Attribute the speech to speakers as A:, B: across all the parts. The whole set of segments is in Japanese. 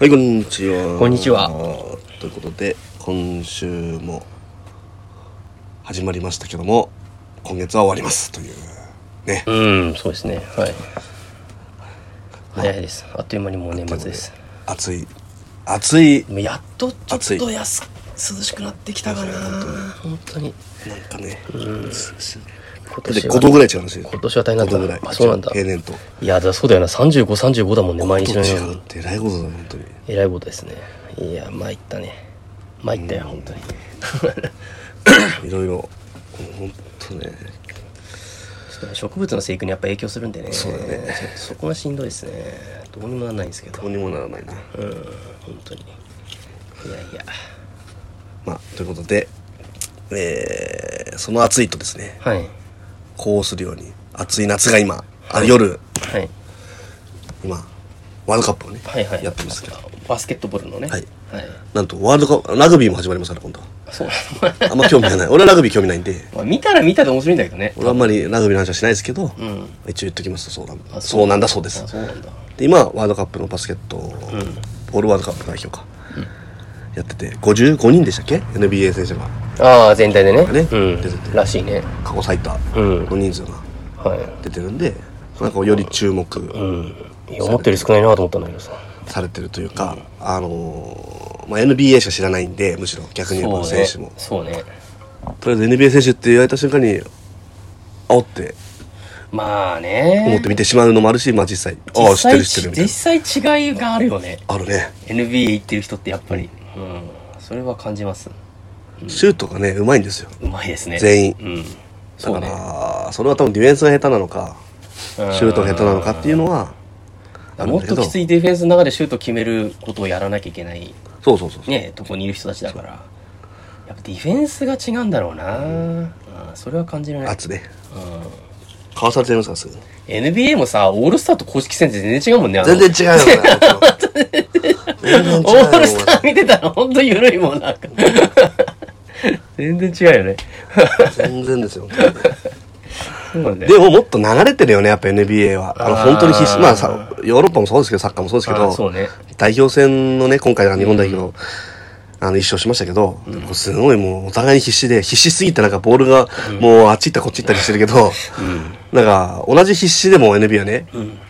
A: はい、こんにちは。
B: こんにちは。
A: ということで、今週も始まりましたけども、今月は終わりますという、ね。
B: うん、そうですね。はい。早いです。あっという間にもう年末です。
A: 暑い、暑い、
B: もうやっとちょ
A: 暑い
B: っとやす涼しくなってきたかな。本当に。
A: なんかね、
B: 今
A: で
B: 年は
A: 5度ぐらい違うんですよ。
B: 今年は大変
A: 5度
B: だ
A: ぐ
B: っ
A: らい
B: た。。あ、そうなんだ。
A: 平年と。
B: いや、だそうだよな。35、35だもんね。毎日
A: と
B: の
A: 違
B: よう
A: うっ
B: に。
A: て、えらいことだよ、本当に。
B: えらいことですね。いや、参ったね。参ったよ、本当に。
A: いろいろ、本当ね、
B: ちょっとね植物の生育にやっぱ影響するんでね。
A: そうだね
B: そ。そこがしんどいですね。どうにもならないんですけど。
A: どう
B: うん、
A: にもならないね。
B: 本当に。いやいや。
A: まあ、ということで、えー、その暑いとですね、
B: はい。
A: こうするように、暑い夏が今、あ夜、
B: はい。
A: 今ワールドカップをね、
B: はいはい、
A: やってますけど
B: バスケットボールのね
A: はい
B: はい、
A: なんとワールドカップラグビーも始まりますから今度は
B: そう なの
A: あんま興味がない俺はラグビー興味ないんで
B: まあ見たら見たで面白いんだけどね
A: 俺はあんまりラグビーの話はしないですけど、
B: うん
A: 一応言っときますとそうなん
B: あ
A: そうなんだそうで
B: あ
A: す
B: そうなんだ
A: で今ワールドカップのバスケット、ボールワールドカップ代表か、やってて55人でしたっけ NBA 選手が
B: ああ全体でね
A: ね
B: うん
A: 出てて
B: らしいね
A: 過去最多
B: うん
A: の人数が
B: は
A: 出てるんで、なんかより注目
B: い、うん、いや思ったより少ないなと思ったんだけどさ
A: されてるというか、あのーまあ、NBA しか知らないんでむしろ逆に言えば選手も
B: そうねそうね
A: とりあえず NBA 選手って言われた瞬間に煽って
B: まあね
A: 思って見てしまうのもあるし、まあ実際ああ知っ
B: 実
A: て
B: 際
A: る知ってるみたい
B: 実際違いがあるよね
A: なあるね
B: NBA 行ってる人ってやっぱりうんそれは感じます
A: シュートがねうまいんですよ
B: うまいですね
A: 全員
B: うん
A: だ
B: そ
A: か
B: うね
A: らそ,、れは多分ディフェンスが下手なのかシ
B: うん
A: ュートが下手なのかっていうのはあるん
B: もっ
A: だけ
B: と
A: ど
B: きついディフェンスの中でシュート決めることをやらなきゃいけない
A: そうそうそうそう、
B: ねとこにいる人たちだからやっぱディフェンスが違うんだろうな、あーそれは感じられない、
A: 圧ね
B: うん
A: かわされちゃいますからすぐ
B: NBA もさオールスターと公式戦って全然違うもんねあの
A: 全然違うよ ね全然違うよ
B: オールスター見てたらほんと緩いもんな んか全然違うよね
A: 全然ですよ
B: そうなんだよ
A: でももっと流れてるよねやっぱ NBA はあの
B: あー
A: 本当に必死まあさヨーロッパもそうですけどサッカーもそうですけ
B: あー
A: ど
B: そうね
A: 代表戦のね今回は日本代表、あの一勝しましたけど、すごいもうお互いに必死で必死すぎてなんかボールがもうあっち行ったこっち行ったりしてるけど、なんか同じ必死でも NBA はね、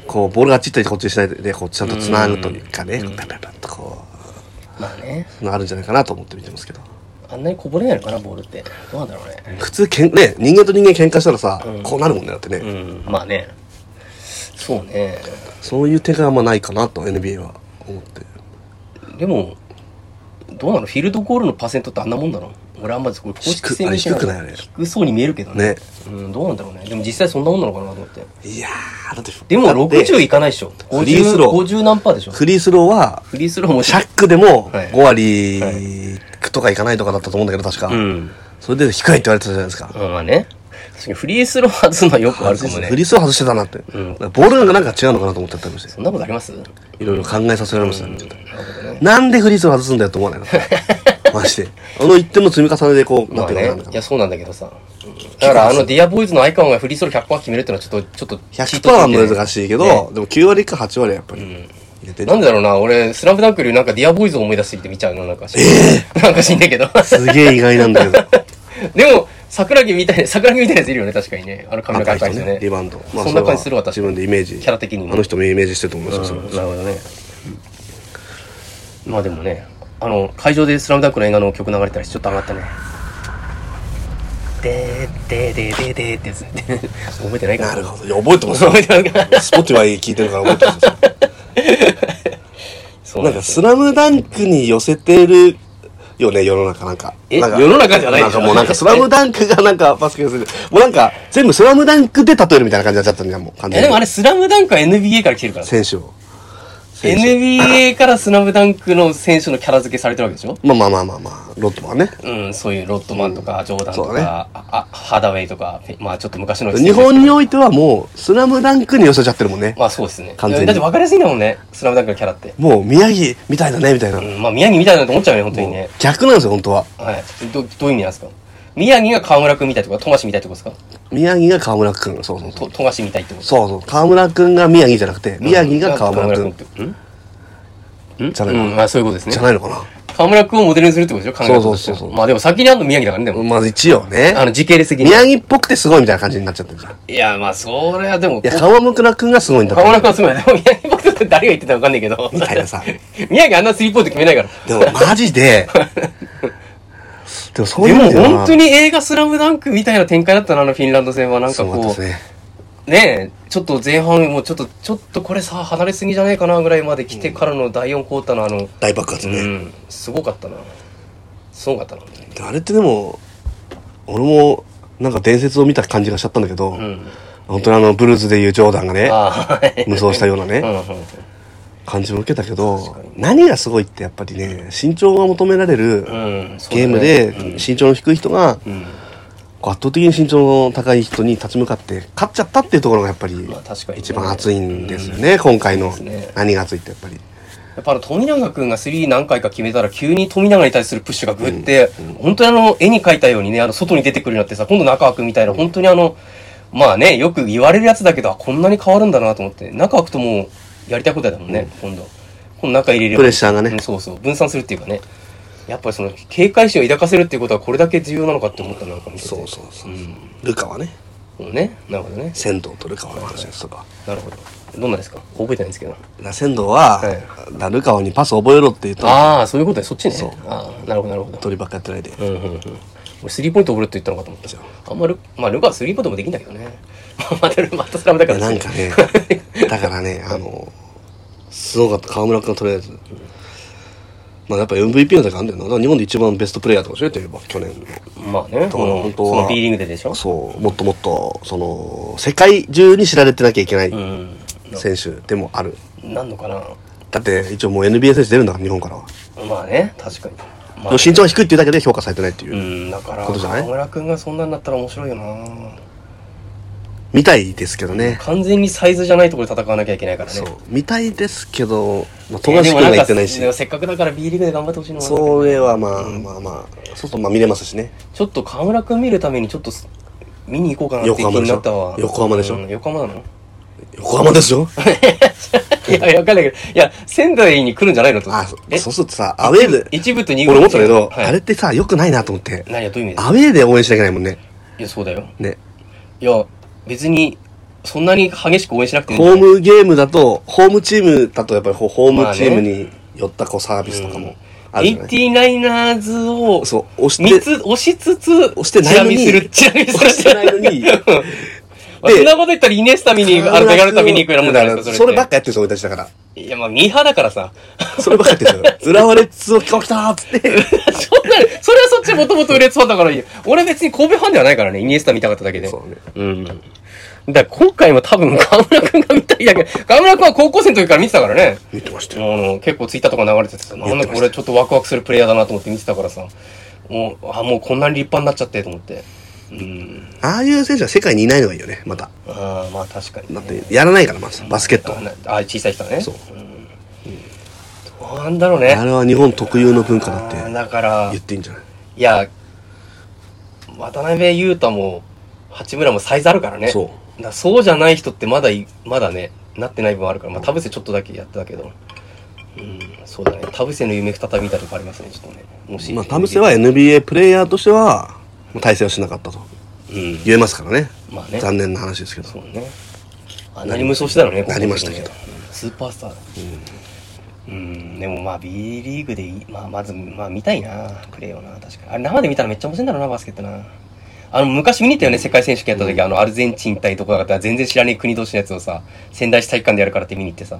A: こうボールがあっち行ったりこっち行ったりでこうちゃんとつなぐというかね、パパパッとこ
B: まあね
A: うのあるんじゃないかなと思って見てますけど
B: あんなにこぼれないのかなボールってどうなんだろうね
A: 普通けんね人間と人間喧嘩したらさ、こうなるもんねだってね、
B: うんまあねそうね
A: そういう手があんまないかなと NBA は思って。
B: でもどうなのフィールドゴールのパーセントってあんなもんだろ俺あんまりこれ公式戦見て
A: 低くあれ低くないあれ
B: 低そうに見えるけどね
A: ね
B: うんどうなんだろうねでも実際そんなもんなのかなと思って
A: いやー、だって、
B: でも
A: だって
B: 60いかないでしょ
A: フリースロー
B: 50何パーでしょ
A: フリースローは、
B: フリースローも
A: シャックでも
B: はい
A: 5割とかいかないとかだったと思うんだけど、確か。
B: うん
A: それで低いって言われてたじゃないですか。
B: うんまあね確かにフリースロー外すのはよくあるかもね
A: フリースロー外してたなって。
B: ん
A: なんかボールがなんか違うのかなと思ってやったりもして。
B: そんなことあります
A: いろいろ考えさせられましたね。
B: なるほどね
A: なんでフリースロー外すんだよと思わ ないのマジで。あの1点の積み重ねでこう、な
B: ま
A: っ
B: あ
A: てくる
B: ね
A: んだか
B: いやそうなんだけどさだからあのディアボーイズのアイカンがフリースロー100%決めるってのはちょっとちょっとチ
A: 100%
B: ート
A: は
B: ついてる
A: 難しいけど、
B: ね
A: でも9割か8割はやっぱり入れてる
B: なんでだろうな、俺、スラムダンクよりなんかディアボーイズを思い出してきて見ちゃうの、なんかし、なんかしんだけど。
A: すげえ意外なんだけど。
B: でも、桜木みたいな、桜木みたいなやついるよね、確かに ね。あの髪の毛赤い人ね。
A: リバウンド。
B: そんな感じするわ、
A: 自
B: 確か
A: 分でイメージ。
B: キャラ的にも
A: あの人もイメージしてると思いますよ、それは
B: うんなるほどね。まあでもね、あの、会場でスラムダンクの映画の曲流れたりしてちょっと上がったね。でーでーでーでーでーってやつ。 覚えてないか
A: なるほど。いや、覚えて ますよ。
B: 覚えてないか
A: スポティファイ聞いてるから覚えてますよ。
B: そう
A: なんか、スラムダンクに寄せてるよね、世の中なんか。
B: え
A: なんか
B: 世の中じゃない
A: なんかもうなんか、スラムダンクがなんかバスケ寄せてる。もうなんか、全部スラムダンクで例えるみたいな感じになっちゃったんじゃん、もう完
B: え、
A: 全
B: でもあ
A: に。
B: れ、スラムダンクは NBA から来てるから。
A: 選手を。選手
B: NBA からスラムダンクの選手のキャラ付けされてるわけでしょ
A: まあまあまあまあまあ、ロットマンね。
B: うん、そういうロッドマンとか、ジョーダン
A: そ
B: とか、
A: うだね
B: ああハダウェイとか、フェまあちょっと昔の
A: 日本においてはもう、スラムダンクに寄せちゃってるもんね。
B: まあそうですね。
A: 完全に
B: だって分かりやすいんだもんね、スラムダンクのキャラって。
A: もう、宮城みたいだね、みたいな。
B: うん、まあ宮城みたいだなと思っちゃうよね、本当にね。
A: 逆なんですよ、本当は。
B: はい。どどういう意味なんですか宮城が河村くんみたいってことか、富樫みたいってことですか
A: 宮城が河村くん。そうそうそう。
B: と富樫みたいってこと
A: そうそう。河村くんが宮城じゃなくて、宮城が河村くん。
B: って。んん
A: じゃないの
B: うん、あそういうことですね
A: じゃ。ないのかな
B: 河村君をモデルにするってことでしょ考え方としては
A: そうそうそうそう
B: まあでも先にあんの宮城だからね、でも。
A: まず一応ね。
B: あの、時系列的に。
A: 宮城っぽくてすごいみたいな感じになっちゃってるじゃん。い
B: いや、まあ、それはでも、
A: や、川村くんがすごいんだ
B: 河
A: から
B: 村君はすごい。でも宮城僕だって誰が言ってたかわかんないけど。
A: みたいなさ。
B: 宮城あんなスリーポイント決めないから。
A: でもマジで、でもそうい
B: で
A: う意
B: も
A: 味では
B: 本当に映画スラムダンクみたいな展開だったな、あのフィンランド戦は。なんか
A: そうなんで
B: こ
A: す
B: う、
A: ね。
B: ねえ、ちょっと前半もうちょっと、ちょっとこれさ、離れすぎじゃないかなぐらいまで来てからの第4クォーターのあの、
A: 大爆発
B: う
A: ね。
B: ん、すごかったな。すごかったな。
A: であれってでも、俺もなんか伝説を見た感じがしちゃったんだけど、
B: うん。
A: 本当にあのブルーズでいうジョーダンがね、
B: ああ、はい。
A: 無双したようなね、
B: うんうん
A: 感じも受けたけど、何がすごいってやっぱりね、身長が求められる
B: うんうん。そう
A: ゲ
B: だ
A: ーム
B: ね
A: で身長の低い人が
B: うん。
A: こう圧倒的に身長の高い人に立ち向かって勝っちゃったっていうところがやっぱり
B: まあ確かにね
A: 一番熱いんですよね、今回の
B: そうですね
A: 何が熱いってやっぱり。
B: やっぱあの富永君が3何回か決めたら急に富永に対するプッシュがグって、本当にあの絵に描いたようにねあの外に出てくるようになってさ今度中枠みたいな本当にあのまあねよく言われるやつだけどあこんなに変わるんだなと思って中枠ともうやりたいことだもんね、今度今度中入れれば
A: プレッシャーがね
B: うんそうそう分散するっていうかねやっぱりその警戒心を抱かせるっていうことはこれだけ重要なのかって思ったなんか見てて
A: そうそうそう。
B: ん
A: ルカはね、
B: そうねなるほどね
A: 仙道とルカワの話ですとか。
B: なるほどどんなですか覚えてないんですけど
A: だ仙道は、
B: はい
A: だルカワにパス覚えろって言った
B: ああそういうことねそっちねああなるほどなるほど
A: の鳥ばっかやってないで。
B: うんうんうん。俺、スリーポイント覚えるって言ったのかと思ったじゃん。あんまル、まあ、ルカはスリーポイントもできんだけどね。 また、またスラムだ
A: い
B: か
A: や
B: ら。
A: なんかねだからねあのすごかった河村君はとりあえず、まあやっぱ MVP の時あるんだよなだから日本で一番ベストプレイヤーとかでしょといえば去年
B: まあ ね、
A: だから
B: う
A: 本
B: ん
A: 当
B: そ
A: は
B: の B リーグででしょ。
A: そうもっともっとその世界中に知られてなきゃいけないう
B: ん。
A: 選手でもある、
B: なんのかな。
A: だって一応もう NBA 選手出るんだから日本からは、
B: まあね、確かに。まあ、
A: 身長が低いっていうだけで評価されてないっていう、
B: うん、だから、
A: ことじゃない
B: 河村君がそんなになったら面白いよな。
A: みたいですけどね、
B: 完全にサイズじゃないところで戦わなきゃいけないからね。
A: そうみたいですけどまあ富
B: えー
A: 樫
B: で
A: 君が
B: もなん
A: 言
B: か
A: ってないし、
B: でもせっかくだから B リーグで頑張ってほしいのは
A: それはまあまあまあそうそうまあ見れますしね
B: ちょっと河村君見るためにちょっとす見に行こうかなって気になったわ
A: 横浜でしょ
B: うん横浜なの
A: 横浜です よ
B: いや、わかんないけど、いや、仙台に来るんじゃないのと。
A: あ、そ
B: え
A: そうするとさ、アウェーで、
B: 一部と二部
A: 俺思ったけど、
B: はい
A: あれってさ、良くないなと思って、
B: 何や、どういう意味です
A: ア
B: か
A: ウェーで応援しなきゃいけないもんね。
B: いや、そうだよ。
A: ね。
B: いや、別に、そんなに激しく応援しなくていいんだ
A: ホー
B: よ
A: ムゲームだと、ホームチームだとやっぱりこうホームチーム
B: まあね
A: に寄ったこうサービスとかもあるじゃない、
B: 89ers を、
A: そう、押
B: 見
A: して、
B: つ、押しつつ、
A: 押してないのに
B: チラ見する、チラ見する。
A: 押してないのに
B: うんまあそんなこと言ったら、イネスタ見に、 あの、手軽さ見に行くようなもんじゃないですか、
A: そればっ
B: っ
A: かやってる人俺たちだから。
B: ていや、まあ、ミーハーだからさ。
A: そればっかやってる人。浦和レッズを来たーっつって。
B: そんな、それはそっちもともとウレッツファンだからいいよ。俺別に神戸ファンではないからね、イニエスタ見たかっただけで。
A: そうね。
B: うん。だから今回も多分河村くんが見たいだけど、河村くんは高校生の時から見てたからね。
A: 見てまし
B: あ
A: たよ。
B: の結構ツイッターとか流れててさ、なんだこれちょっとワクワクするプレイヤーだなと思って見てたからさ、もう、あ、もうこんなに立派になっちゃってと思って。うん。
A: ああいう選手は世界にいないのがいいよね、また。
B: ああ、まあ確かに、
A: だ
B: ね
A: っ。て、やらないから、まず、バスケット
B: あ。なあ、小さい人はね。
A: そう
B: うん。どうなんだろうね。
A: あれは日本特有の文化だっ
B: あー
A: て
B: だから
A: 言っ、ていいんじゃない
B: いや、渡辺裕太も八村もサイズあるからね。
A: そう
B: だからそうじゃない人ってまだい、まだね、なってない部分あるから、まあ、田臥ちょっとだけやってたけど。うん、そうだね。田臥の夢再びたとかありますね、ちょっとね。もし。
A: まあ、田臥は、NBA プレイヤーとしては、もう対戦をしなかったと
B: うん。
A: 言えますからね。
B: まあね。
A: 残念な話ですけど
B: そ。うね。あんなに無双したのね、
A: なりました
B: ここの時ねスーパースターだ。うん、でもまあ B リーグでいい、まあ、まず、まあ見たいな、プレーをな、確かに。あれ生で見たらめっちゃ面白いんだろうな、バスケットな。あの、昔見に行ったよね、世界選手権やった時、あの、アルゼンチン対どこだかったら全然知らない国同士のやつをさ、仙台市体育館でやるからって見に行ってさ、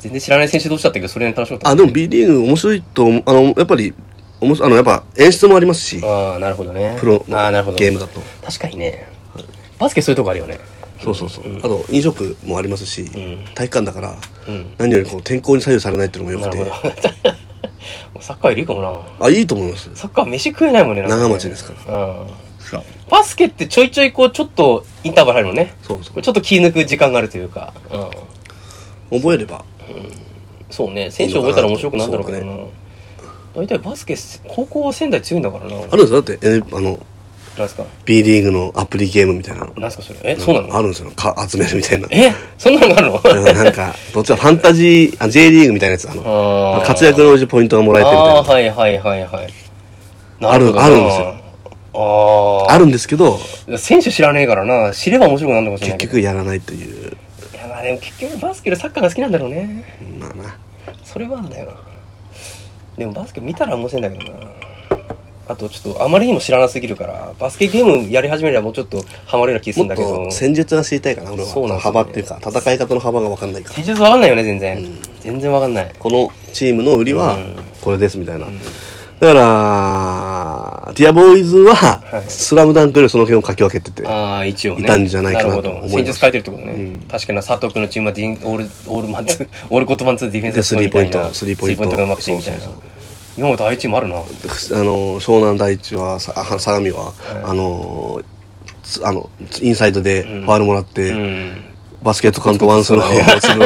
B: 全然知らない選手同士だったけど、それに楽しかった。
A: あ、でも B リーグ面白いと思う、あの、やっぱり、おもしあの、やっぱ演出もありますし、
B: ああ、なるほどね。
A: プロ
B: ああ、なるほ
A: の
B: ど。
A: ゲームだと。
B: 確かにね。バスケそういうとこあるよね。
A: そうそうそう。あと、飲食もありますし、体育館だから
B: うん、
A: 何よりこう、天候に左右されないっていうのも
B: な
A: 良く
B: るほど
A: て。。
B: サッカーよりいいかもな。
A: あ、いいと思います。
B: サッカー飯食えないもんね。なんかね
A: 長町ですか
B: うん。バスケってちょいちょいこう、ちょっとインターバル入るのね。
A: そうそう。
B: ちょっと気抜く時間があるというか。うん。
A: 覚えれば、
B: そうね。選手覚えたら面白くなるんだろうけど
A: そ
B: な。大体バスケ、高校は仙台強いんだからな。
A: あるんですよ。だって、N- あの、
B: なんすか
A: B リーグのアプリゲームみたいなの
B: なんすかそれえそうなの
A: あるんですよか集めるみたいな
B: えそんなのがあるの
A: うんなんかどっちかファンタジーあ J リーグみたいなやつあ
B: あ
A: の
B: ー
A: 活躍のうちポイントがもらえてみたい
B: ああ
A: な
B: ーはいはいはいはい
A: あるあるんですよ
B: よ
A: あるんですけど
B: ああ選手知らねえからな知れば面白くなるのかもしれな
A: 結
B: いけど
A: 局やらないという
B: いやまあでも結局バスケよりサッカーが好きなんだろうね
A: まあな
B: それはあんだよなでもバスケ見たら面白いんだけどなあとちょっとあまりにも知らなすぎるからバスケゲームやり始めればもうちょっとハマるような気する
A: も
B: ん
A: っ
B: だけど
A: と戦術が知りたいかな俺は
B: そうなんですよね
A: 幅っていうか戦い方の幅が分かんないから
B: 手術わかんないよね全然、全然わかんない
A: このチームの売りは
B: うん
A: これですみたいな、だからディアボーイズは
B: はい
A: 「スラムダンクよりその辺をかき分けてて、
B: ああ一応ね
A: いたんじゃないかなと
B: る
A: 思い
B: ほ
A: ます
B: ど戦術変えてるってことね、
A: うん
B: 確かに佐藤君のチームはディンオールオールマ ンツーオールコットマンツーディフェンス
A: でスリーポイント
B: ス
A: ス
B: リ
A: リ
B: ー
A: ー
B: ポ
A: ポ
B: イ
A: イ
B: ン
A: ン
B: ト
A: ト
B: がうまくしてみたいな
A: そうそう
B: 今まであいチームあるな
A: あの湘南第一はさあ相模は、あのつあのインサイドでファールもらって、
B: うん
A: バスケットカウントワンスローをする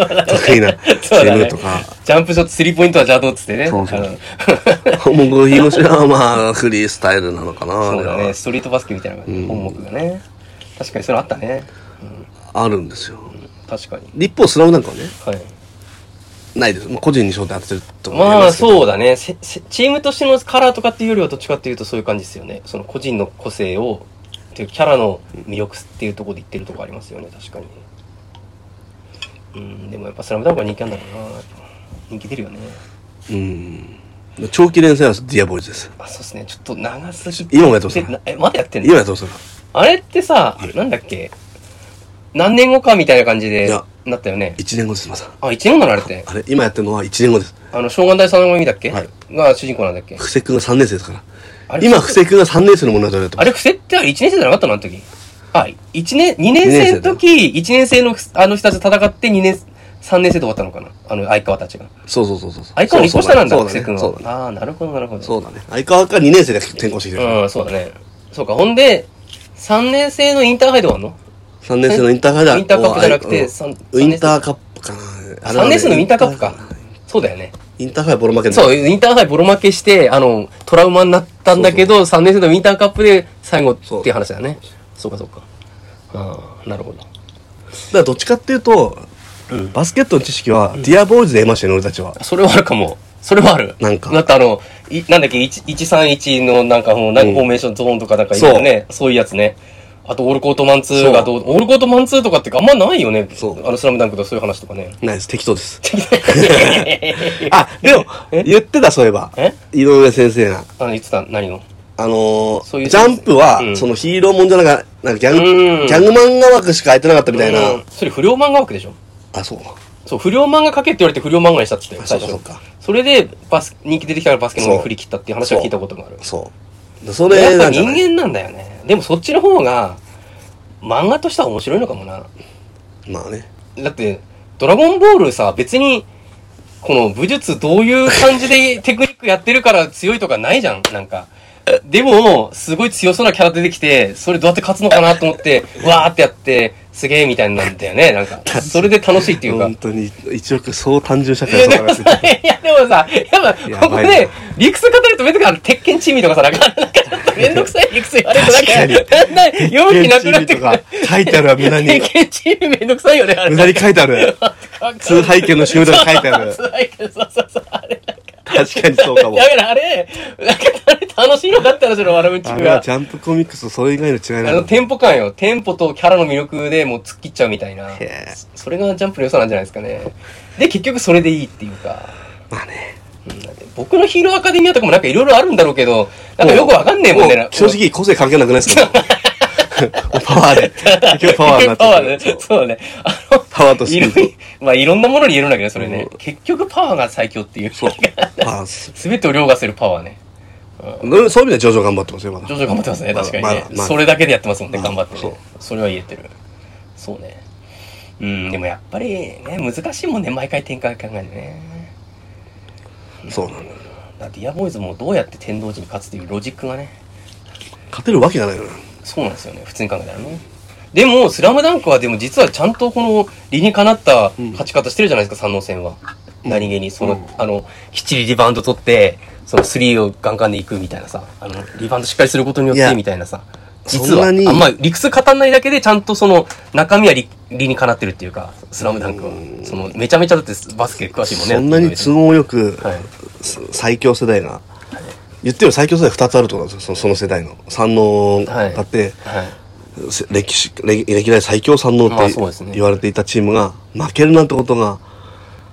A: のが得意なチ
B: そう
A: ー
B: だね
A: ムとか。
B: ジャンプショットスリーポイントは邪道っつってね
A: そうそう
B: あの
A: 本国広島はまあフリースタイルなのかな
B: そうだ
A: あれ
B: ね
A: は
B: ストリートバスケみたいな感じ、
A: うん
B: 本目がね確かにそれあったね
A: あるんですよ
B: 確かに
A: 一方スラムなんかはね
B: はい
A: ないです、まあ、個人に焦点当ててると思い
B: まあ
A: ますけど
B: そうだねせせチームとしてのカラーとかっていうよりはどっちかっていうとそういう感じですよねその個人の個性をっていうキャラの魅力っていうところで言ってるところありますよね確かにうんでもやっぱ「スラムダンクは人気なんだろうな人気出るよね
A: うん長期連戦はディアボーイズです
B: あそうですねちょっと長すぎ
A: 今もやってます
B: てなえまだやってん
A: 今
B: の
A: やどうする
B: あれってさなんだっけ何年後かみたいな感じ
A: い
B: で
A: や
B: なったよね
A: 1年後ですまさ
B: あ1年後なのあれって
A: あれ今やってるのは1年後です
B: あの湘南大3の組だっけ、
A: はい
B: が主人公なんだっけ
A: 布施君が3年生ですか
B: あ
A: ら
B: れ
A: 今布施君が3年生の物語だと
B: あれ、伏せって1年生じゃなかったのあの時。あ、1年、2年生の時、1年生のあの人たちと戦って2年、3年生で終わったのかなあの、相川たちが。
A: そうそうそうそう
B: 相川の一個下なんだ、
A: そう
B: 伏
A: だね
B: せ君
A: そうだね
B: は。ああー、なるほど、なるほど。
A: そうだね相川から2年生で転校してきてるから、
B: うん、そうだね。そうか、ほんで、3年生のインターハイで終わんの
A: 3年生のインターハイだ
B: インターカップじゃなくて
A: うん
B: さん三
A: ウィン
B: 年生
A: ターカップかなあれは
B: ?3
A: ね
B: 年生のインターカップか。そうだよね。
A: インターハイボロ負けだ
B: そう、インターハイボロ負けして、あの、トラウマになったんだけど、3年生のウィンターカップで最後っていう話だよね。そうか、そうか。ああ、なるほど。
A: だからどっちかっていうと、バスケットの知識は、ディアボーイズで得ましたよね、俺たちは。
B: それはあるかも。それはある。
A: なんか
B: だってあの、いなんだっけ、1 131のなんかもう、なんか
A: うん
B: フォーメーションゾーンとかなんかいろいろね、そういうやつね。あと、オールコートマン2がどう、オールコートマン2とかってあんまないよね。
A: そう
B: あの、スラムダンクとかそういう話と かね。
A: ないです、適当です。あ、でも、 言ってた、そういえば
B: え。
A: 井上先生が。
B: あの、言ってた、何を
A: あのー
B: そういう
A: ジャンプ
B: う
A: は、
B: ん
A: そのヒーローもんじゃなかなんかギャ
B: うん
A: ン、ギャグ漫画枠しか空いてなかったみたいな。
B: うんそれ不良漫画枠でしょ
A: あ、そう。
B: そう、不良漫画書けって言われて不良漫画にしたって言った
A: あ
B: よ、
A: そ
B: 最
A: うか、そ
B: 初。
A: うか。
B: それで、バス、人気出てきたからバスケの方に
A: そう
B: 振り切ったっていう話は聞いたことがある。
A: そう。でそ
B: や
A: れ
B: っぱ
A: なんか
B: 人
A: ね、
B: 間なんだよね。でもそっちの方が、漫画としては面白いのかもな。
A: まあね。
B: だって、ドラゴンボールさ、別に、この武術どういう感じで テクニックやってるから強いとかないじゃん、なんか。でも、すごい強そうなキャラ出てきて、それどうやって勝つのかなと思って、わーってやって、すげーみたいになるんだよね、なんか。それで楽しいっていうか。
A: 本当に、一億、そう単純社
B: い
A: 会
B: や
A: だ
B: で
A: と
B: も
A: 思い
B: さ
A: ますよ、
B: いやでもさ、 やっぱ、
A: や
B: ここ
A: ばいな
B: で、理屈語ると別にあの、鉄拳チーミーとかさ、なんか、なんかちょっとめんどくさい理屈言われて、なんか、だんだん容器なくなってくる。
A: 書いてあるわ、無 駄に
B: 鉄。拳チーミーめんどくさいよね、あれ。
A: 無駄に書いてある。通
B: 配
A: 背景の仕事が書いてある。
B: 辛いけど、そうそうそう、あれなんか。
A: 確かにそうかも
B: だ。からあれ、なんかあれ楽しいのかって話の笑うんち
A: あ
B: く
A: れは
B: が
A: ジ。ャンプコミックスとそれ以外の違い
B: あ
A: な
B: の、
A: んだ。
B: テンポ感よ。テンポとキャラの魅力でもう突っ切っちゃうみたいな。
A: へえ
B: それがジャンプの良さなんじゃないですかね。で、結局それでいいっていうか。
A: まあね。
B: うんだって僕のヒーローアカデミアとかもなんかいろいろあるんだろうけど、なんかよくわかんねえもんね。
A: も
B: な
A: うん
B: か
A: 正直個性関係なくないですかもうパワーで。結局パワーになっ
B: パワー
A: て
B: ね
A: る。そう。
B: そうね。あの、
A: パワーとスピード
B: いろいろまあいろんなものに言えるんだけど、それね。
A: う
B: 結局パワーが最強っていう。
A: パワーっす
B: すべてを凌駕するパワーね。
A: うんそういう意味では上々頑張ってますよ、ま
B: 徐
A: だ。
B: 々に頑張ってますね、
A: まあ
B: 確かにね
A: ま。あまあ
B: それだけでやってますもんね、
A: まあ
B: 頑張ってね、
A: そう
B: それは言えてる。そうね。うん、でもやっぱりね、難しいもんね、毎回展開考えるね。
A: そうなんだ。
B: だって、ディアボーイズもどうやって天童寺に勝つっていうロジックがね、
A: 勝てるわけがないよな。
B: そうなんですよね、普通に考えたらね。でも、スラムダンクはでも実はちゃんとこの理にかなった勝ち方してるじゃないですか、三能戦は。何気に、その、あの、きっちりリバウンド取って、その3をガンガンでいくみたいなさ、あの、リバウンドしっかりすることによっ
A: いや
B: て、みたいなさ、実は、
A: そんなに
B: あんま理屈語んないだけで、ちゃんとその、中身は理理にかなってるっていうか、スラムダンクは。その、めちゃめちゃだってバスケ詳しいもんね。
A: そんなに都合よく、
B: はい
A: す最強世代が言っても最強世代2つあると思うんですよそのその世代の三能
B: はい
A: だって、
B: はい。
A: せ歴史歴歴代最強三能
B: まあ
A: っ
B: そうですね
A: て言われていたチームが負けるなんてことが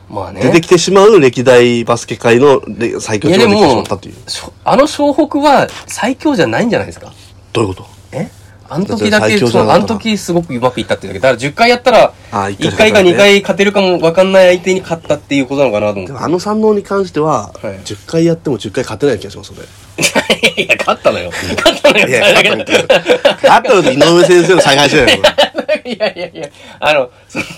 B: まあね。
A: 出てきてしまう歴代バスケ界のれ最強
B: い
A: チ
B: や
A: ー
B: で
A: ムができてしま
B: も
A: ったという、
B: しょあの湘北は最強じゃないんじゃないですか
A: どういうこと
B: えあの時だ
A: だっ
B: け、
A: て最強じ
B: そ
A: ゃ
B: う
A: な
B: あ
A: かったな
B: の時すごくうまくいったっていうだけ。だから10回やったら、
A: あー
B: 1
A: 1回
B: 回か
A: か
B: 2
A: 2
B: 回勝てるかもわかんない相手に勝ったっていうことなのかなと思って
A: でもあの三能に関しては、
B: はい
A: 10回やっても10回勝てない気がしますそれ。
B: いやいや、勝ったのよ。勝ったのよ。
A: いや勝ったのよあったのと井上先生の采配次第だよこれ
B: いやいやいや、あの、その、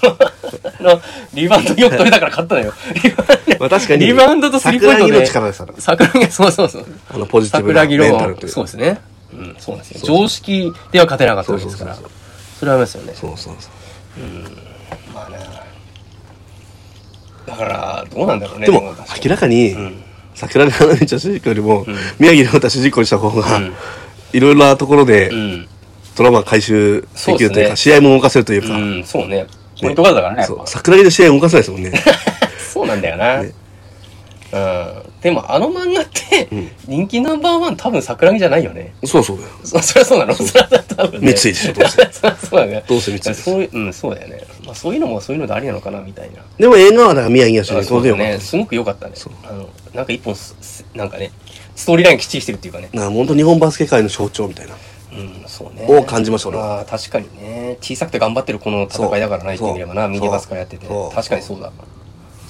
B: あの、リバウンドよく取れたから勝ったのよ。リバウンド
A: まあ確かに
B: リバウンドとスリーポイント
A: 桜木
B: で。
A: の力ですから
B: 桜木そうそうそう。
A: あのポジティブな
B: 桜木の
A: メンタルという
B: そうですね。うん、そうなんですよ。常識では勝てなかったわけですから。
A: そうそう
B: それはありますよね。
A: そうそうそう
B: まあね。だから、どうなんだろうね。
A: でも
B: 確か
A: 明らかに、
B: ん
A: 桜木花道主人公よりも、宮城亮太主人公にした方が、
B: うん
A: いろいろなところで、
B: に
A: ドラマ回収できるというか
B: そうですね
A: 試合も動かせるという
B: う
A: か、
B: ん。うん、そうね。ポイントガードだからね。やっ
A: そう
B: ぱ
A: 桜木で試合動かせないですもんね
B: そうなんだよな。
A: ね
B: うん。でもあの漫画って、人気ナンバーワン多分桜木じゃないよね。
A: そうそうだよ
B: そそりゃそうなのそりゃ多分、ね。
A: 三井でしょどうせ
B: そりゃそうだね。
A: どうせ三井です
B: そういう、うん、そうだよね。まあそういうのもそういうのでありなのかな、みたいな。
A: でも映画はだから宮城が
B: あ
A: 主人公でよかった
B: ね。
A: です
B: すごく良かったね。あの、なんか一本す、すなんかね、ストーリーラインきっちりしてるっていうかね。
A: なんか本当日本バスケ界の象徴みたいな
B: うん、そうね。
A: を感じました俺は
B: ああ、確かにね。小さくて頑張ってるこの戦いだからな、言
A: そう
B: ってみればな、
A: そう
B: ミニバスからやってて
A: そ。う
B: 確かにそうだ。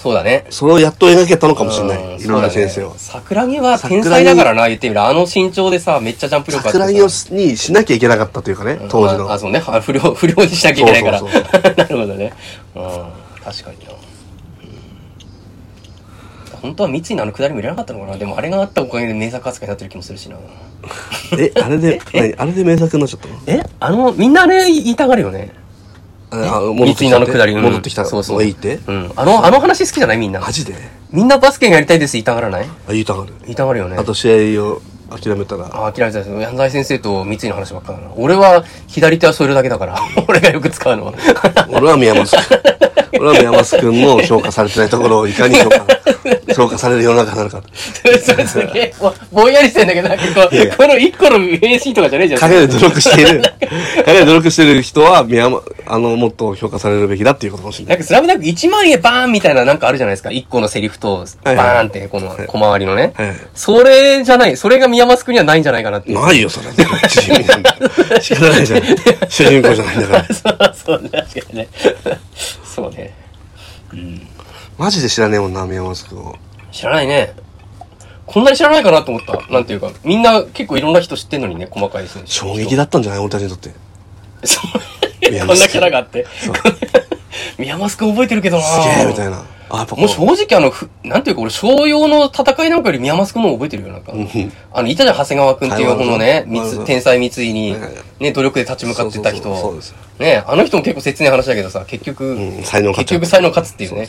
B: そうだね。
A: それをやっと描けたのかもしれな
B: うん
A: い井上先生
B: そうだね
A: は、
B: 桜木は天才だからな、言ってみれば。あの身長でさ、めっちゃジャンプ力あってさ。
A: 桜木をにしなきゃいけなかったというかね、当時の
B: ああそうね あ不良不良にしなきゃいけないから
A: そうそうそ
B: なるほどねうん確かになうん本当は三井のあの下りもいらなかったのかなでもあれがあったおかげで名作扱いになってる気もするしな
A: えあれ で何あれで名作になっちゃったの
B: えあのみんなあれ言いたがるよね
A: あ戻っ
B: 三
A: てき
B: 井
A: た
B: の
A: っ
B: あの
A: て
B: 下りうん
A: 戻ってきた
B: そう
A: の
B: そう
A: がいいって
B: うんあのあの話好きじゃないみんな
A: マジで
B: みんなバスケがやりたいです言いたがらない
A: あ言いたがる
B: 言いたがるよね
A: あと試合を諦めたら
B: あ、諦めてたです。安西先生と三井の話ばっかだな。俺は左手は添えるだけだから。俺がよく使うのは。
A: 俺は宮益君 俺は宮益君の評価されてないところをいかに評価評価される世の中になるか
B: それすげえ、ぼぼんやりしてんだけど、なんかこ、
A: いやいうや
B: この一個の名シーンとかじゃねえじゃん。
A: 陰で努力している陰で努力している人は宮益あのもっと評価されるべきだっていうことかもしれな
B: ないんか、スラムダンク1万円バーンみたいななんかあるじゃないですか。一個のセリフと、
A: はいはい
B: バーンって、この小回りのね
A: はいはい。
B: それじゃない、それが宮益君にはないんじゃないかなっていう。
A: ないよそれ主 人公なんだ仕方ないじゃん主人公じゃないんだから
B: そうそうね、確かにね。そうね。
A: マジで知らねえもんな宮益君を
B: 知らないね。こんなに知らないかなと思った。なんていうか、みんな結構いろんな人知ってんのにね、細かいですね。
A: 衝撃だったんじゃない俺たちにとって
B: そう
A: 宮益君
B: こんなキャラがあって。宮益君覚えてるけどな
A: すげえみたいなあやっぱこ
B: も
A: う
B: う正直あの、ふなんていうか俺、商用の戦いなんかより宮益君の方覚えてるよ、なんか。あの、いたじゃん、長谷川君ってい
A: は
B: う
A: い
B: このね、
A: はいはい
B: 三井天才三井に
A: はいはい、
B: ね、努力で立ち向かってった
A: そうそうそうそう
B: 人
A: です。
B: ね、あの人も結構切ない話だけどさ、結局
A: うん、才能勝っ
B: 結
A: ちゃう
B: 局才能勝つっていうね。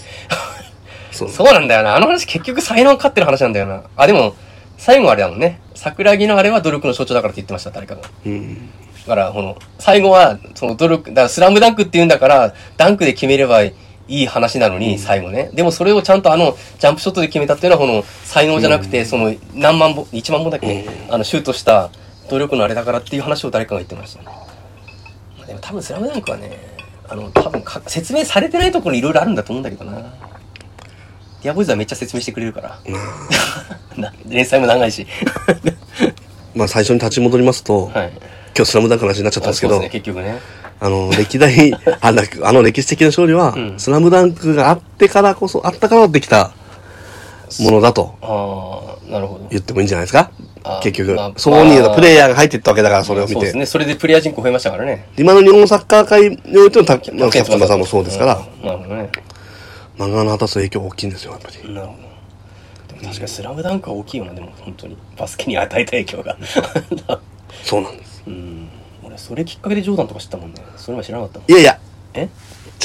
A: そう
B: そうなんだよな。あの話結局才能勝ってる話なんだよな。あ、でも、最後あれだもんね。桜木のあれは努力の象徴だからって言ってました、誰かが。
A: うん
B: だから、この、最後は、その努力、だからスラムダンクって言うんだから、ダンクで決めればいい話なのに、最後ね。でもそれをちゃんとあの、ジャンプショットで決めたっていうのは、この、才能じゃなくて、その、何万本、1万本だっけ、あの、シュートした努力のあれだからっていう話を誰かが言ってましたね。まあでも多分、スラムダンクはね、あの、多分か、説明されてないところにいろいろあるんだと思うんだけどな。ディアボーイズはめっちゃ説明してくれるから。な 連載も長いし。
A: まあ最初に立ち戻りますと、
B: はい。
A: 今日スラムダンクの話になっちゃったんですけ
B: あ
A: ど、
B: そうですね、結局ね。
A: あの、歴代、あのあの歴史的な勝利は、
B: ん
A: スラムダンクがあってからこそ、あったからできたものだと
B: ああ、なるほど。
A: 言ってもいいんじゃないですか
B: あ
A: 結局、
B: まあ
A: そこに
B: まあ
A: プレイヤーが入っていったわけだから、それを見
B: そうで
A: て。
B: すね。それでプレイヤー人口増えましたからね。
A: 今の日本サッカー界においてのた、まあ、
B: ケン
A: 薩
B: ツバ
A: 摩さんもそうですから、
B: うんなるほどね。
A: 漫画の果たす影響大きいんですよ、やっぱり。
B: なるほど。でも確かにスラムダンクは大きいよな、でも本当に。バスケに与えた影響が。
A: そうなんです。
B: うん。俺、それきっかけでジョーダンとか知ったもんね。それは知らなかったもん。
A: いやいや、
B: え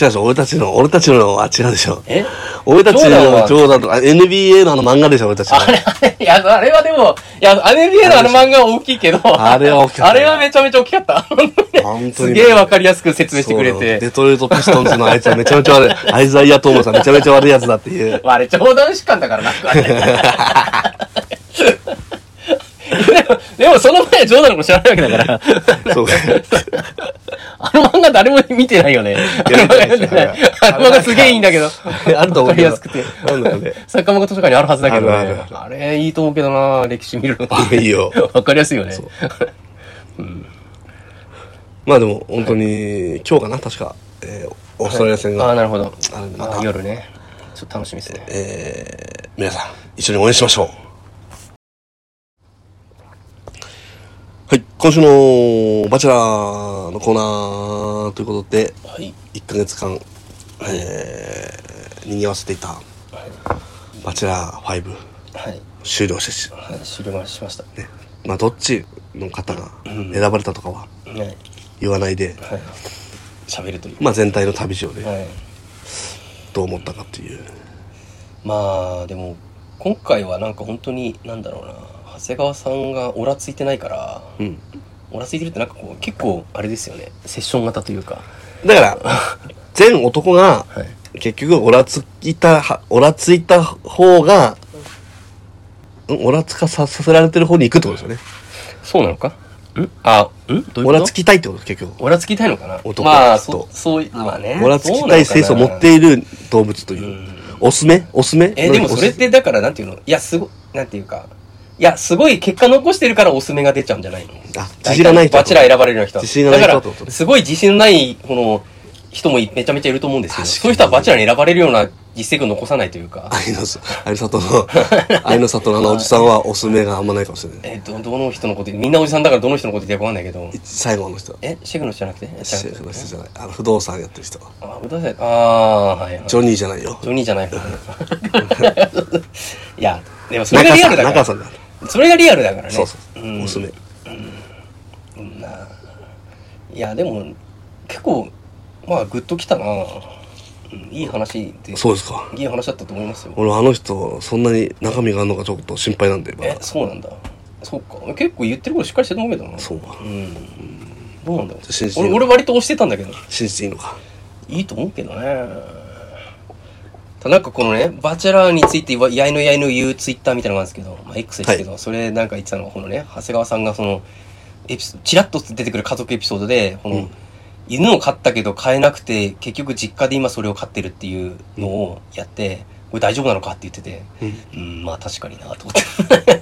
A: 違う違う、俺たちの、俺たちのは違うでしょ。
B: え
A: 俺たち
B: ジョーダン
A: の
B: は
A: ジョーダンとか、NBA のあの漫画でしょ、俺たちの。
B: あれ、あれ、いや、あれはでも、いや、NBA のあの漫画は大きいけど、
A: あれは大きかった
B: あれはめちゃめちゃ大きかった。
A: 本当
B: す
A: に
B: げえわかりやすく説明してくれ
A: そうデ
B: て。
A: トロイトピストンズのあいつはめちゃめちゃ悪い。 アイザイア・トーマスはめちゃめちゃ悪いやつだっていう。
B: まあ、あれ、冗談主観だからな。あれでも、 でもその前は冗談のこと知らないわけだから。
A: そう。
B: あの漫画誰も見てないよね。あの漫画読んでない。あの漫画すげえいいんだけど。
A: あると思
B: わか
A: うけ
B: り
A: ど
B: やすくて。
A: なんだろうね。
B: 作家漫画図書館にあるはずだけどね。
A: あるある
B: あれ、いいと思うけどな歴史見るの。
A: いいよ。
B: わかりやすいよね。
A: まあでも、本当に、今日かな、確か。えーオーストラリア戦
B: ああ
A: が。
B: ー、なるほど。
A: あるんだ
B: あー夜ね。ちょっと楽しみですね。
A: えー皆さん、一緒に応援しましょう。はい、今週のバチェラーのコーナーということで、
B: はい。
A: 1ヶ月間、えー、賑わせていた、バチェラー5、
B: はい。
A: 終了してし、
B: はい、終了しました。
A: ね、まあ、どっちの方が選ばれたとかは
B: はい。はい。
A: 言わないで、
B: 喋るという。
A: まあ、全体の旅路で
B: はい。
A: どう思ったかっていう。
B: まあ、でも、今回はなんか本当に、なんだろうな。長谷川さんがオラついてないから、
A: うん。
B: オラついてるってなんかこう、結構、あれですよね。セッション型というか。
A: だから、全男が、
B: はい。
A: 結局オラついたはオラついた方が、うんオラつかささせられてる方に行くってことですよ
B: そうなのかんあ、んど
A: ね
B: ういうこと
A: オラつきたいってことです結局
B: オラつきたいのかな
A: 男
B: ま
A: は
B: あ、
A: ちょっと
B: そそうい、まあね。
A: オラつきたい性質を持っている動物といううんオスめオスめ
B: え、でもそれってだから、なんていうのいや、すごい、なんていうか。いや、すごい結果残してるからおすすめが出ちゃうんじゃないの
A: あ自信がない人
B: バチェラー選ばれるような人は。
A: 自信がない人
B: だ
A: はって
B: か
A: ことね
B: ら、すごい自信のない、この、人もめちゃめちゃいると思うんですけど、
A: 確かに
B: そういう人はバチェラーに選ばれるような実績を残さないというか、
A: 愛のさ愛の里 の愛の里のあのおじさんはオスめがあんまないかもしれない
B: え、ど、どの人のこと、みんなおじさんだからどの人のこと言ってるかわかんないけど、
A: 最後の人
B: え、シェフの人じゃなくてえ
A: シェフの人じゃないあの不動産やってる人
B: あ、ごめんなさい。あー、はい、はい。
A: ジョニーじゃないよ
B: ジョニーじゃない方ね いや、でもそれがリアルだか
A: 中
B: ら。
A: さん中さんだ
B: それがリアルだからね。
A: そうそう
B: うん
A: オスめ
B: いや、でも、結構、まあ、グッときたな。うんいい話で、
A: そうですか
B: いい話だったと思いますよ。
A: 俺あの人そんなに中身があるのかちょっと心配なんでま
B: え
A: だ、
B: そうなんだ。そうか。結構言ってることしっかりしてると思うけどな。
A: そうか
B: うん。どうなんだろう
A: 信じていい
B: 俺
A: の
B: 俺割と押してたんだけど
A: 信じていいのか
B: いいと思うけどねただなんかこのねバチェラーについてわやいのやいの言うツイッターみたいなのがあるんですけど、まあ、X ですけど、それなんか言ってたのがこのね長谷川さんがそのエピソチラッと出てくる家族エピソードでこの、
A: うん
B: 犬を飼ったけど飼えなくて結局実家で今それを飼ってるっていうのをやって、これ大丈夫なのかって言っててうんまあ確かになと思って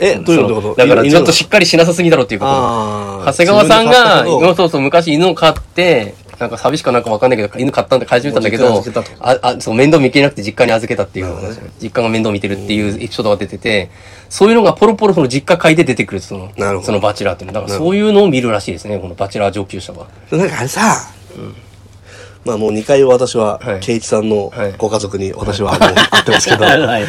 A: えどういうこと
B: だからちょっと
A: し
B: しっかりしなさすぎだろっていうこと
A: あ
B: 長谷川さんが、
A: 今
B: そうそう、昔犬を飼って、なんか寂しくなんかわかんないけど、犬飼ったんで飼い始めたんだけ
A: もう
B: ど
A: 実家に預けた、と
B: あ、あ、そう、面倒見きれなくて実家に預けたっていう
A: なるほどね
B: 実家が面倒見てるっていうエピソードが出てて、そういうのがポロポロその実家飼いで出てくる、その
A: なるほ、ど
B: そのバチェラーっていうの。だから
A: なるほ
B: そういうのを見るらしいですね、このバチェラー上級者は。
A: なんかあれさ、まあもう2回私は
B: はい
A: 圭一さんの
B: はい
A: ご家族に私はもう会ってますけど
B: はいはい。はい。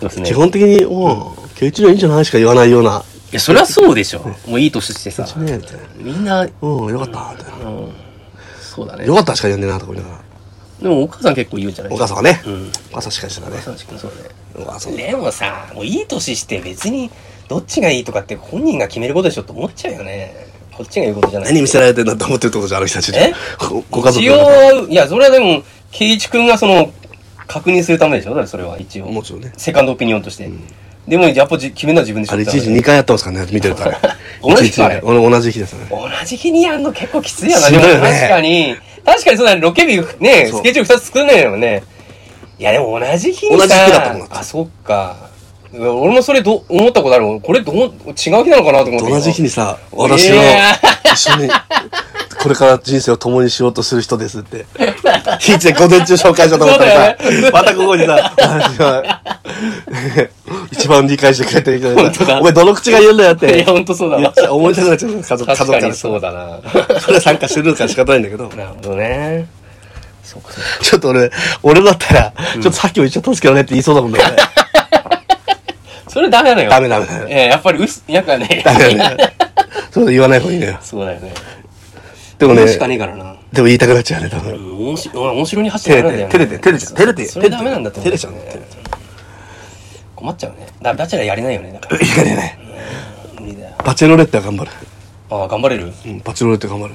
B: そうですね。
A: 基
B: い
A: 本的にもう圭一のいいんじゃないしか言わないような
B: や、そりゃそうでしょ。もういい年してさ。
A: ねみたいな
B: みんな、
A: うんよかったみたいな
B: うん、そうだね
A: よ。かったしか言わねえなとか言いながら
B: でもお母さん結構言うんじゃない
A: お母さんはね
B: うん
A: お母さんしかしてたね
B: さん。そうだね。
A: お母さん
B: でもさ、もういい年して別にどっちがいいとかって本人が決めることでしょって思っちゃうよね。こっちが言うことじゃない。
A: 何見せられてんだと思ってるってことじゃんあの人たちに
B: え
A: ごご家族
B: 一
A: の中
B: 応、いや、それはでも、圭一君がその、確認するためでしょだからそれは一
A: でも
B: 応。
A: ちろんね
B: セカンドオピニオンとして。でも、やっぱじ決めるのは自分でしょ
A: あれ、
B: だ
A: 一
B: から
A: 日2回やってますからね、見てるとあれ。
B: 同じ日
A: 一日
B: あれ
A: ね俺同じ日ですね。
B: 同じ日にやんの結構きついよな、
A: しん
B: で
A: どい
B: も
A: よね
B: 確かに。確かにそうだね、ロケ日ね、
A: そう
B: スケジュール2つ作んないよね。いや、でも同じ日に
A: 同
B: さ。
A: じ日だったもんだって
B: あ、そっか。いや俺もそれど、思ったことあるもん。これどう、違う日なのかなと思って。
A: 同じ日にさ、
B: おい
A: 私は
B: や
A: 一緒に、これから人生を共にしようとする人です って。ひいちで午前中紹介しようと思ったら
B: そうだよ
A: さ、またここにさ、私は、 一番理解してくれてる人
B: 本当
A: にさ、
B: だ
A: お前どの口が言うんだよっ
B: い
A: て
B: や、。ほんとそうだ
A: 言
B: わ
A: っ。ちゃ思いたくなっちゃう。家族、家
B: 確
A: 族
B: か
A: か
B: に
A: ら
B: そうだな。
A: それは参加してるから仕方ないんだけど。
B: なるほどね。そうか、そうか。
A: ちょっと俺、俺だったら、ちょっとさっきも言っちゃったんですけどねって言いそうだもんね。俺
B: それダメなのよ。
A: ダメダメダメ。
B: ええ、やっぱり薄、なんかね。
A: ダメダメ。そういうの言わない方がいいのよ。
B: そうだよね。
A: でもね、
B: しかねえからな。
A: でも言いたくなっちゃうね、多分。
B: うん面白面白に走ってならないんだよね
A: 照れて照れて照れて
B: それダメなんだと思
A: 照
B: う
A: れちゃうんだよ照れち
B: 困っちゃうねだダチェラやりないよねだか
A: いかれない。
B: ら無理だよ
A: バチェロレッテは頑張る。
B: ああ頑張れる、うん
A: うん、バチェロレッテ頑張る。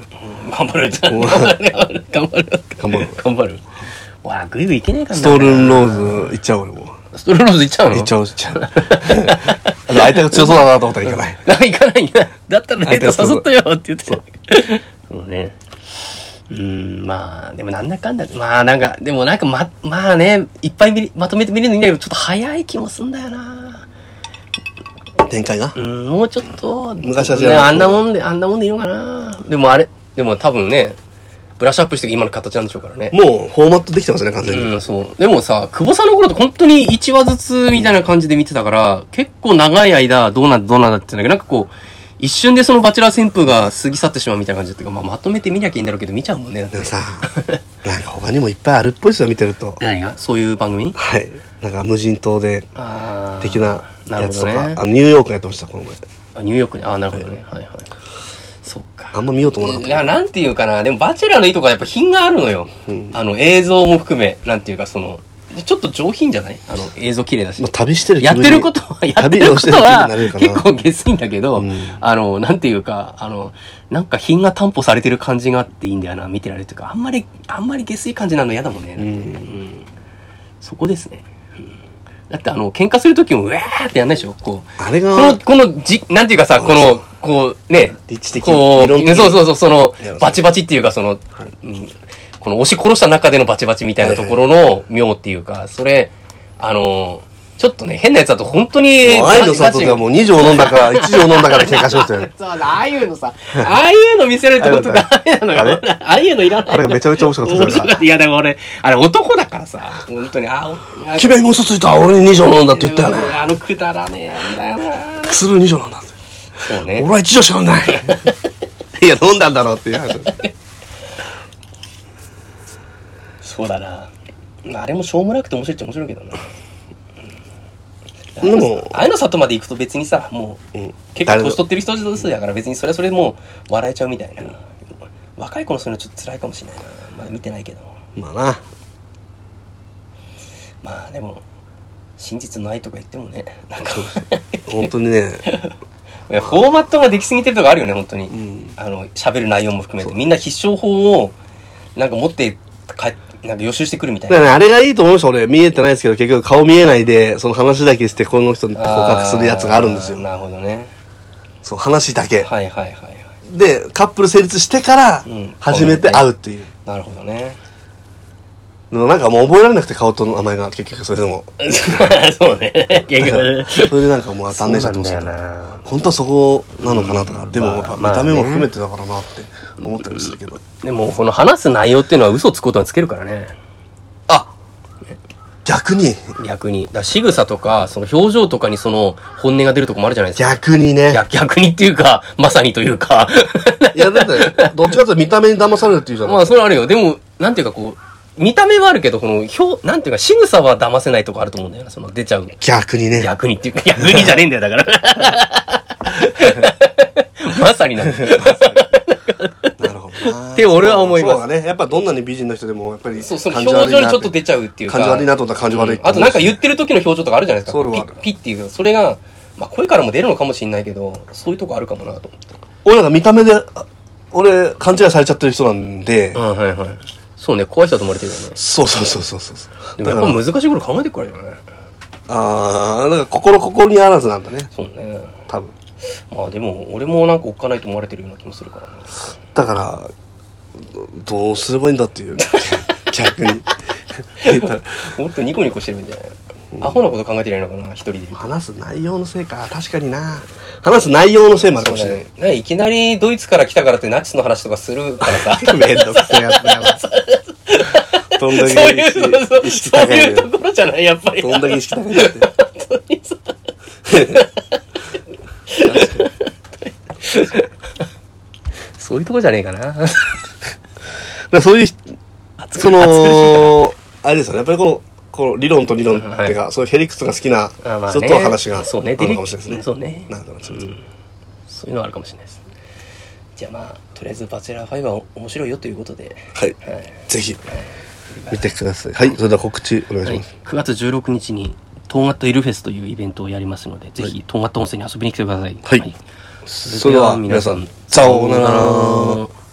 B: 頑張れる 頑張れる頑張れる
A: 頑張る
B: 頑張るわあグイグイいけねえかな
A: ストールンローズ行っちゃう俺も。
B: ストールローズいっちゃうの
A: 行っちゃう、行っちゃう。 あの相手が強そうだなと思ったら行かない。
B: あ行かないんだ。だったらデート誘ったよって言ってた。 そうね。うーん、まあ、でもなんだかんだ、まあなんか、でもなんかま、まあね、いっぱい見るまとめて見れるのいいんだけど、ちょっと早い気もすんだよな。
A: 展開が
B: う。ん、もうちょっと、
A: 昔は違う
B: ね、あんなもんで、あんなもんでいいのかな。でもあれ、でも多分ね、ブラッシュアップして今の形なんでしょうからね。
A: もうフォーマットできてますね、完全に。
B: うん、そう。でもさ、久保さんの頃って本当に1話ずつみたいな感じで見てたから、結構長い間、どうなんだ、どうなんだって言うんだけど、なんかこう、一瞬でそのバチェラー旋風が過ぎ去ってしまうみたいな感じだったから、まあ、まとめて見なきゃいいんだろうけど、見ちゃうもんね。だって
A: でもさ、なんか他にもいっぱいあるっぽいですよ、見てると。
B: 何がそういう番組
A: はい。なんか無人島で、
B: あー
A: 的な
B: なる
A: や
B: ほ
A: つ
B: ど
A: と
B: ね
A: か、あニューヨークやってました、この前。
B: あニューヨークに。ああ、なるほどね。はいはい。そっか。
A: あんま見ようと思わなか
B: い
A: った。
B: や、なんていうかな、でも、バチェラーのいいとこはやっぱ品があるのよ。あの、映像も含め、なんていうか、その、ちょっと上品じゃないあの、映像綺麗だし。
A: まあ、旅してる気
B: やっ
A: 分に
B: てることは、やって
A: 旅
B: る
A: を
B: こ
A: して
B: と
A: る気分
B: は
A: になれるかな。
B: 結構下水んだけど、
A: うん
B: あの、なんていうか、あの、なんか品が担保されてる感じがあっていいんだよな、見てられるというか、あんまり、あんまり下水感じなの嫌だもんね。うんそこですね。うんだってあの、喧嘩するときも、うわーってやんないでしょこう。
A: あれ
B: この、
A: が、
B: このじ、なんていうかさ、この、こう、ね、
A: 立地的
B: こう、
A: 理論的
B: ねそうそうそう、その
A: いや、
B: バチバチっていうか、その、うんこの押し殺した中でのバチバチみたいなところの妙っていうか、それ、あの、ちょっとね、変なやつだと本当に、
A: もう愛の里
B: バチ
A: ではもう2錠飲んだから、1錠 飲んだから喧嘩しましたよね。
B: そうだ、ああいうのさ、ああいうの見せられてことがあれなのよ。ああいうのいらない。
A: あれめちゃめちゃ面白かった
B: 面白かった。いや、でも俺、あれ男だからさ、本当に、ああ、お
A: 君に嘘ついた俺に2錠飲んだって言ったよね。
B: あのくだらねえんだよな。
A: 薬2錠飲んだって。
B: そうね
A: 俺。は1錠しか飲んでない。いや、飲んだんだろうっていう話。
B: そうだな。まあ、あれもしょうもなくて面白いっちゃ面白いけどな。
A: でも
B: ああいうの里まで行くと別にさ、もう、
A: うん
B: 結構年取ってる人たちだから別にそれはそれでもう笑えちゃうみたいな。若い子のそういうのちょっと辛いかもしれないな。まだ見てないけど。
A: まあな。
B: まあでも、真実の愛とか言ってもね、なんか、
A: 本当にね、
B: いやフォーマットができすぎてるとかあるよね、本当に。
A: ん
B: あの、喋る内容も含めて。みんな必勝法を、なんか持って帰っ、なんか予習してくるみたい
A: だか
B: な。
A: らね、あれがいいと思う人俺見えてないですけど、結局顔見えないで、その話だけしてこの人に告白するやつがあるんです
B: あー
A: よ。
B: なるほどね。
A: そう、話だけ。
B: はいはいはいはい。
A: で、カップル成立してから
B: うん、
A: 初めて会うっていう。
B: なるほどね。
A: のなんかもう覚えられなくて顔と名前が結局それでも。
B: そうね。 結局。
A: それでなんかもう残念者と思って
B: そうなんだよな
A: た。本当はそこなのかなとか、でもやっぱ見
B: まあ
A: た目も含めてだからなって思ったりするけど。
B: でも、この話す内容っていうのは嘘つくことはつけるからね。
A: あ逆に、
B: 逆に。だから仕草とか、その表情とかにその本音が出るとこもあるじゃないですか。
A: 逆にね。
B: 逆逆にっていうか、まさにという か。
A: いや、だって、どっちかというと見た目に騙されるっていうじゃ
B: ま
A: ない
B: あ、それはあるよ。でも、なんていうかこう、見た目はあるけど、この表、なんていうか、仕草は騙せないとこあると思うんだよな。その出ちゃう。
A: 逆にね。
B: 逆にっていうか、逆にじゃねえんだよ、だ から。まさになんだよ。
A: なるほどな。
B: って俺は思います
A: そうだね。やっぱどんなに美人の人でも、やっぱり
B: そう、その
A: 感
B: 表
A: じ悪い
B: 情
A: な
B: にちょっと出ちゃうっていうか。
A: 感じ悪いなと思ったら感じ悪いって
B: うんあとなんか言ってる時の表情とかあるじゃないです
A: そ
B: か。
A: れはある
B: ピッ、ピッっていう。それが、まあ声からも出るのかもしれないけど、そういうとこあるかもなと思って。
A: 俺なんか見た目で、あ俺、勘違いされちゃってる人なんで、
B: うん、はいはい。そうね、怖い人だと思われてるよね。
A: そうそうそうそうそう。
B: でもやっぱ難しいこと考えてくからじゃない
A: ああ、なんか心ここにあらずなんだね、
B: そうね。
A: 多分。
B: まあでも、俺もなんかおっかないと思われてるような気もするからな。
A: だから、どどうすればいいんだっていう。 逆 に。
B: もっとニコニコしてるんじゃないアホなこと考えてないのかな、一人でいると。
A: 話す内容のせいか、確かにな。話す内容のせいもあるかもしれない。
B: そうだねいきなりドイツから来たからってナチスの話とかするからさ。
A: めんどくせえやつだよな。どんだ
B: そう
A: け
B: い
A: 意
B: う、そう
A: 識
B: そう
A: 意識
B: そう
A: 高い
B: い
A: ん
B: う
A: だ
B: と
A: よ
B: ころじゃない、やっぱり。
A: どんだけ意識高いんだって。
B: 本当にさ。そういうとこじゃねえかな。
A: だからそういう、その、あれですよね。やっぱりこの、この理論と理論っていうか、
B: は
A: そういうヘリクスが好きな
B: あまあね
A: 人とは話があ
B: そうね
A: るのかもしれないですね。
B: そうね
A: なんだろう、ちょっと。
B: そういうのはあるかもしれないです。
C: じゃあまあとりあえず「バチェラー5」は面白いよということで
A: はい。
C: はい
A: ぜひ、見てください。はい。それでは告知お願いし
B: はい
A: ます。、
B: 9月16日に、トンガットイルフェスというイベントをやりますので、ぜひ、トンガット温泉に遊びに来てください。
A: はいそれでは皆さん、さようなら。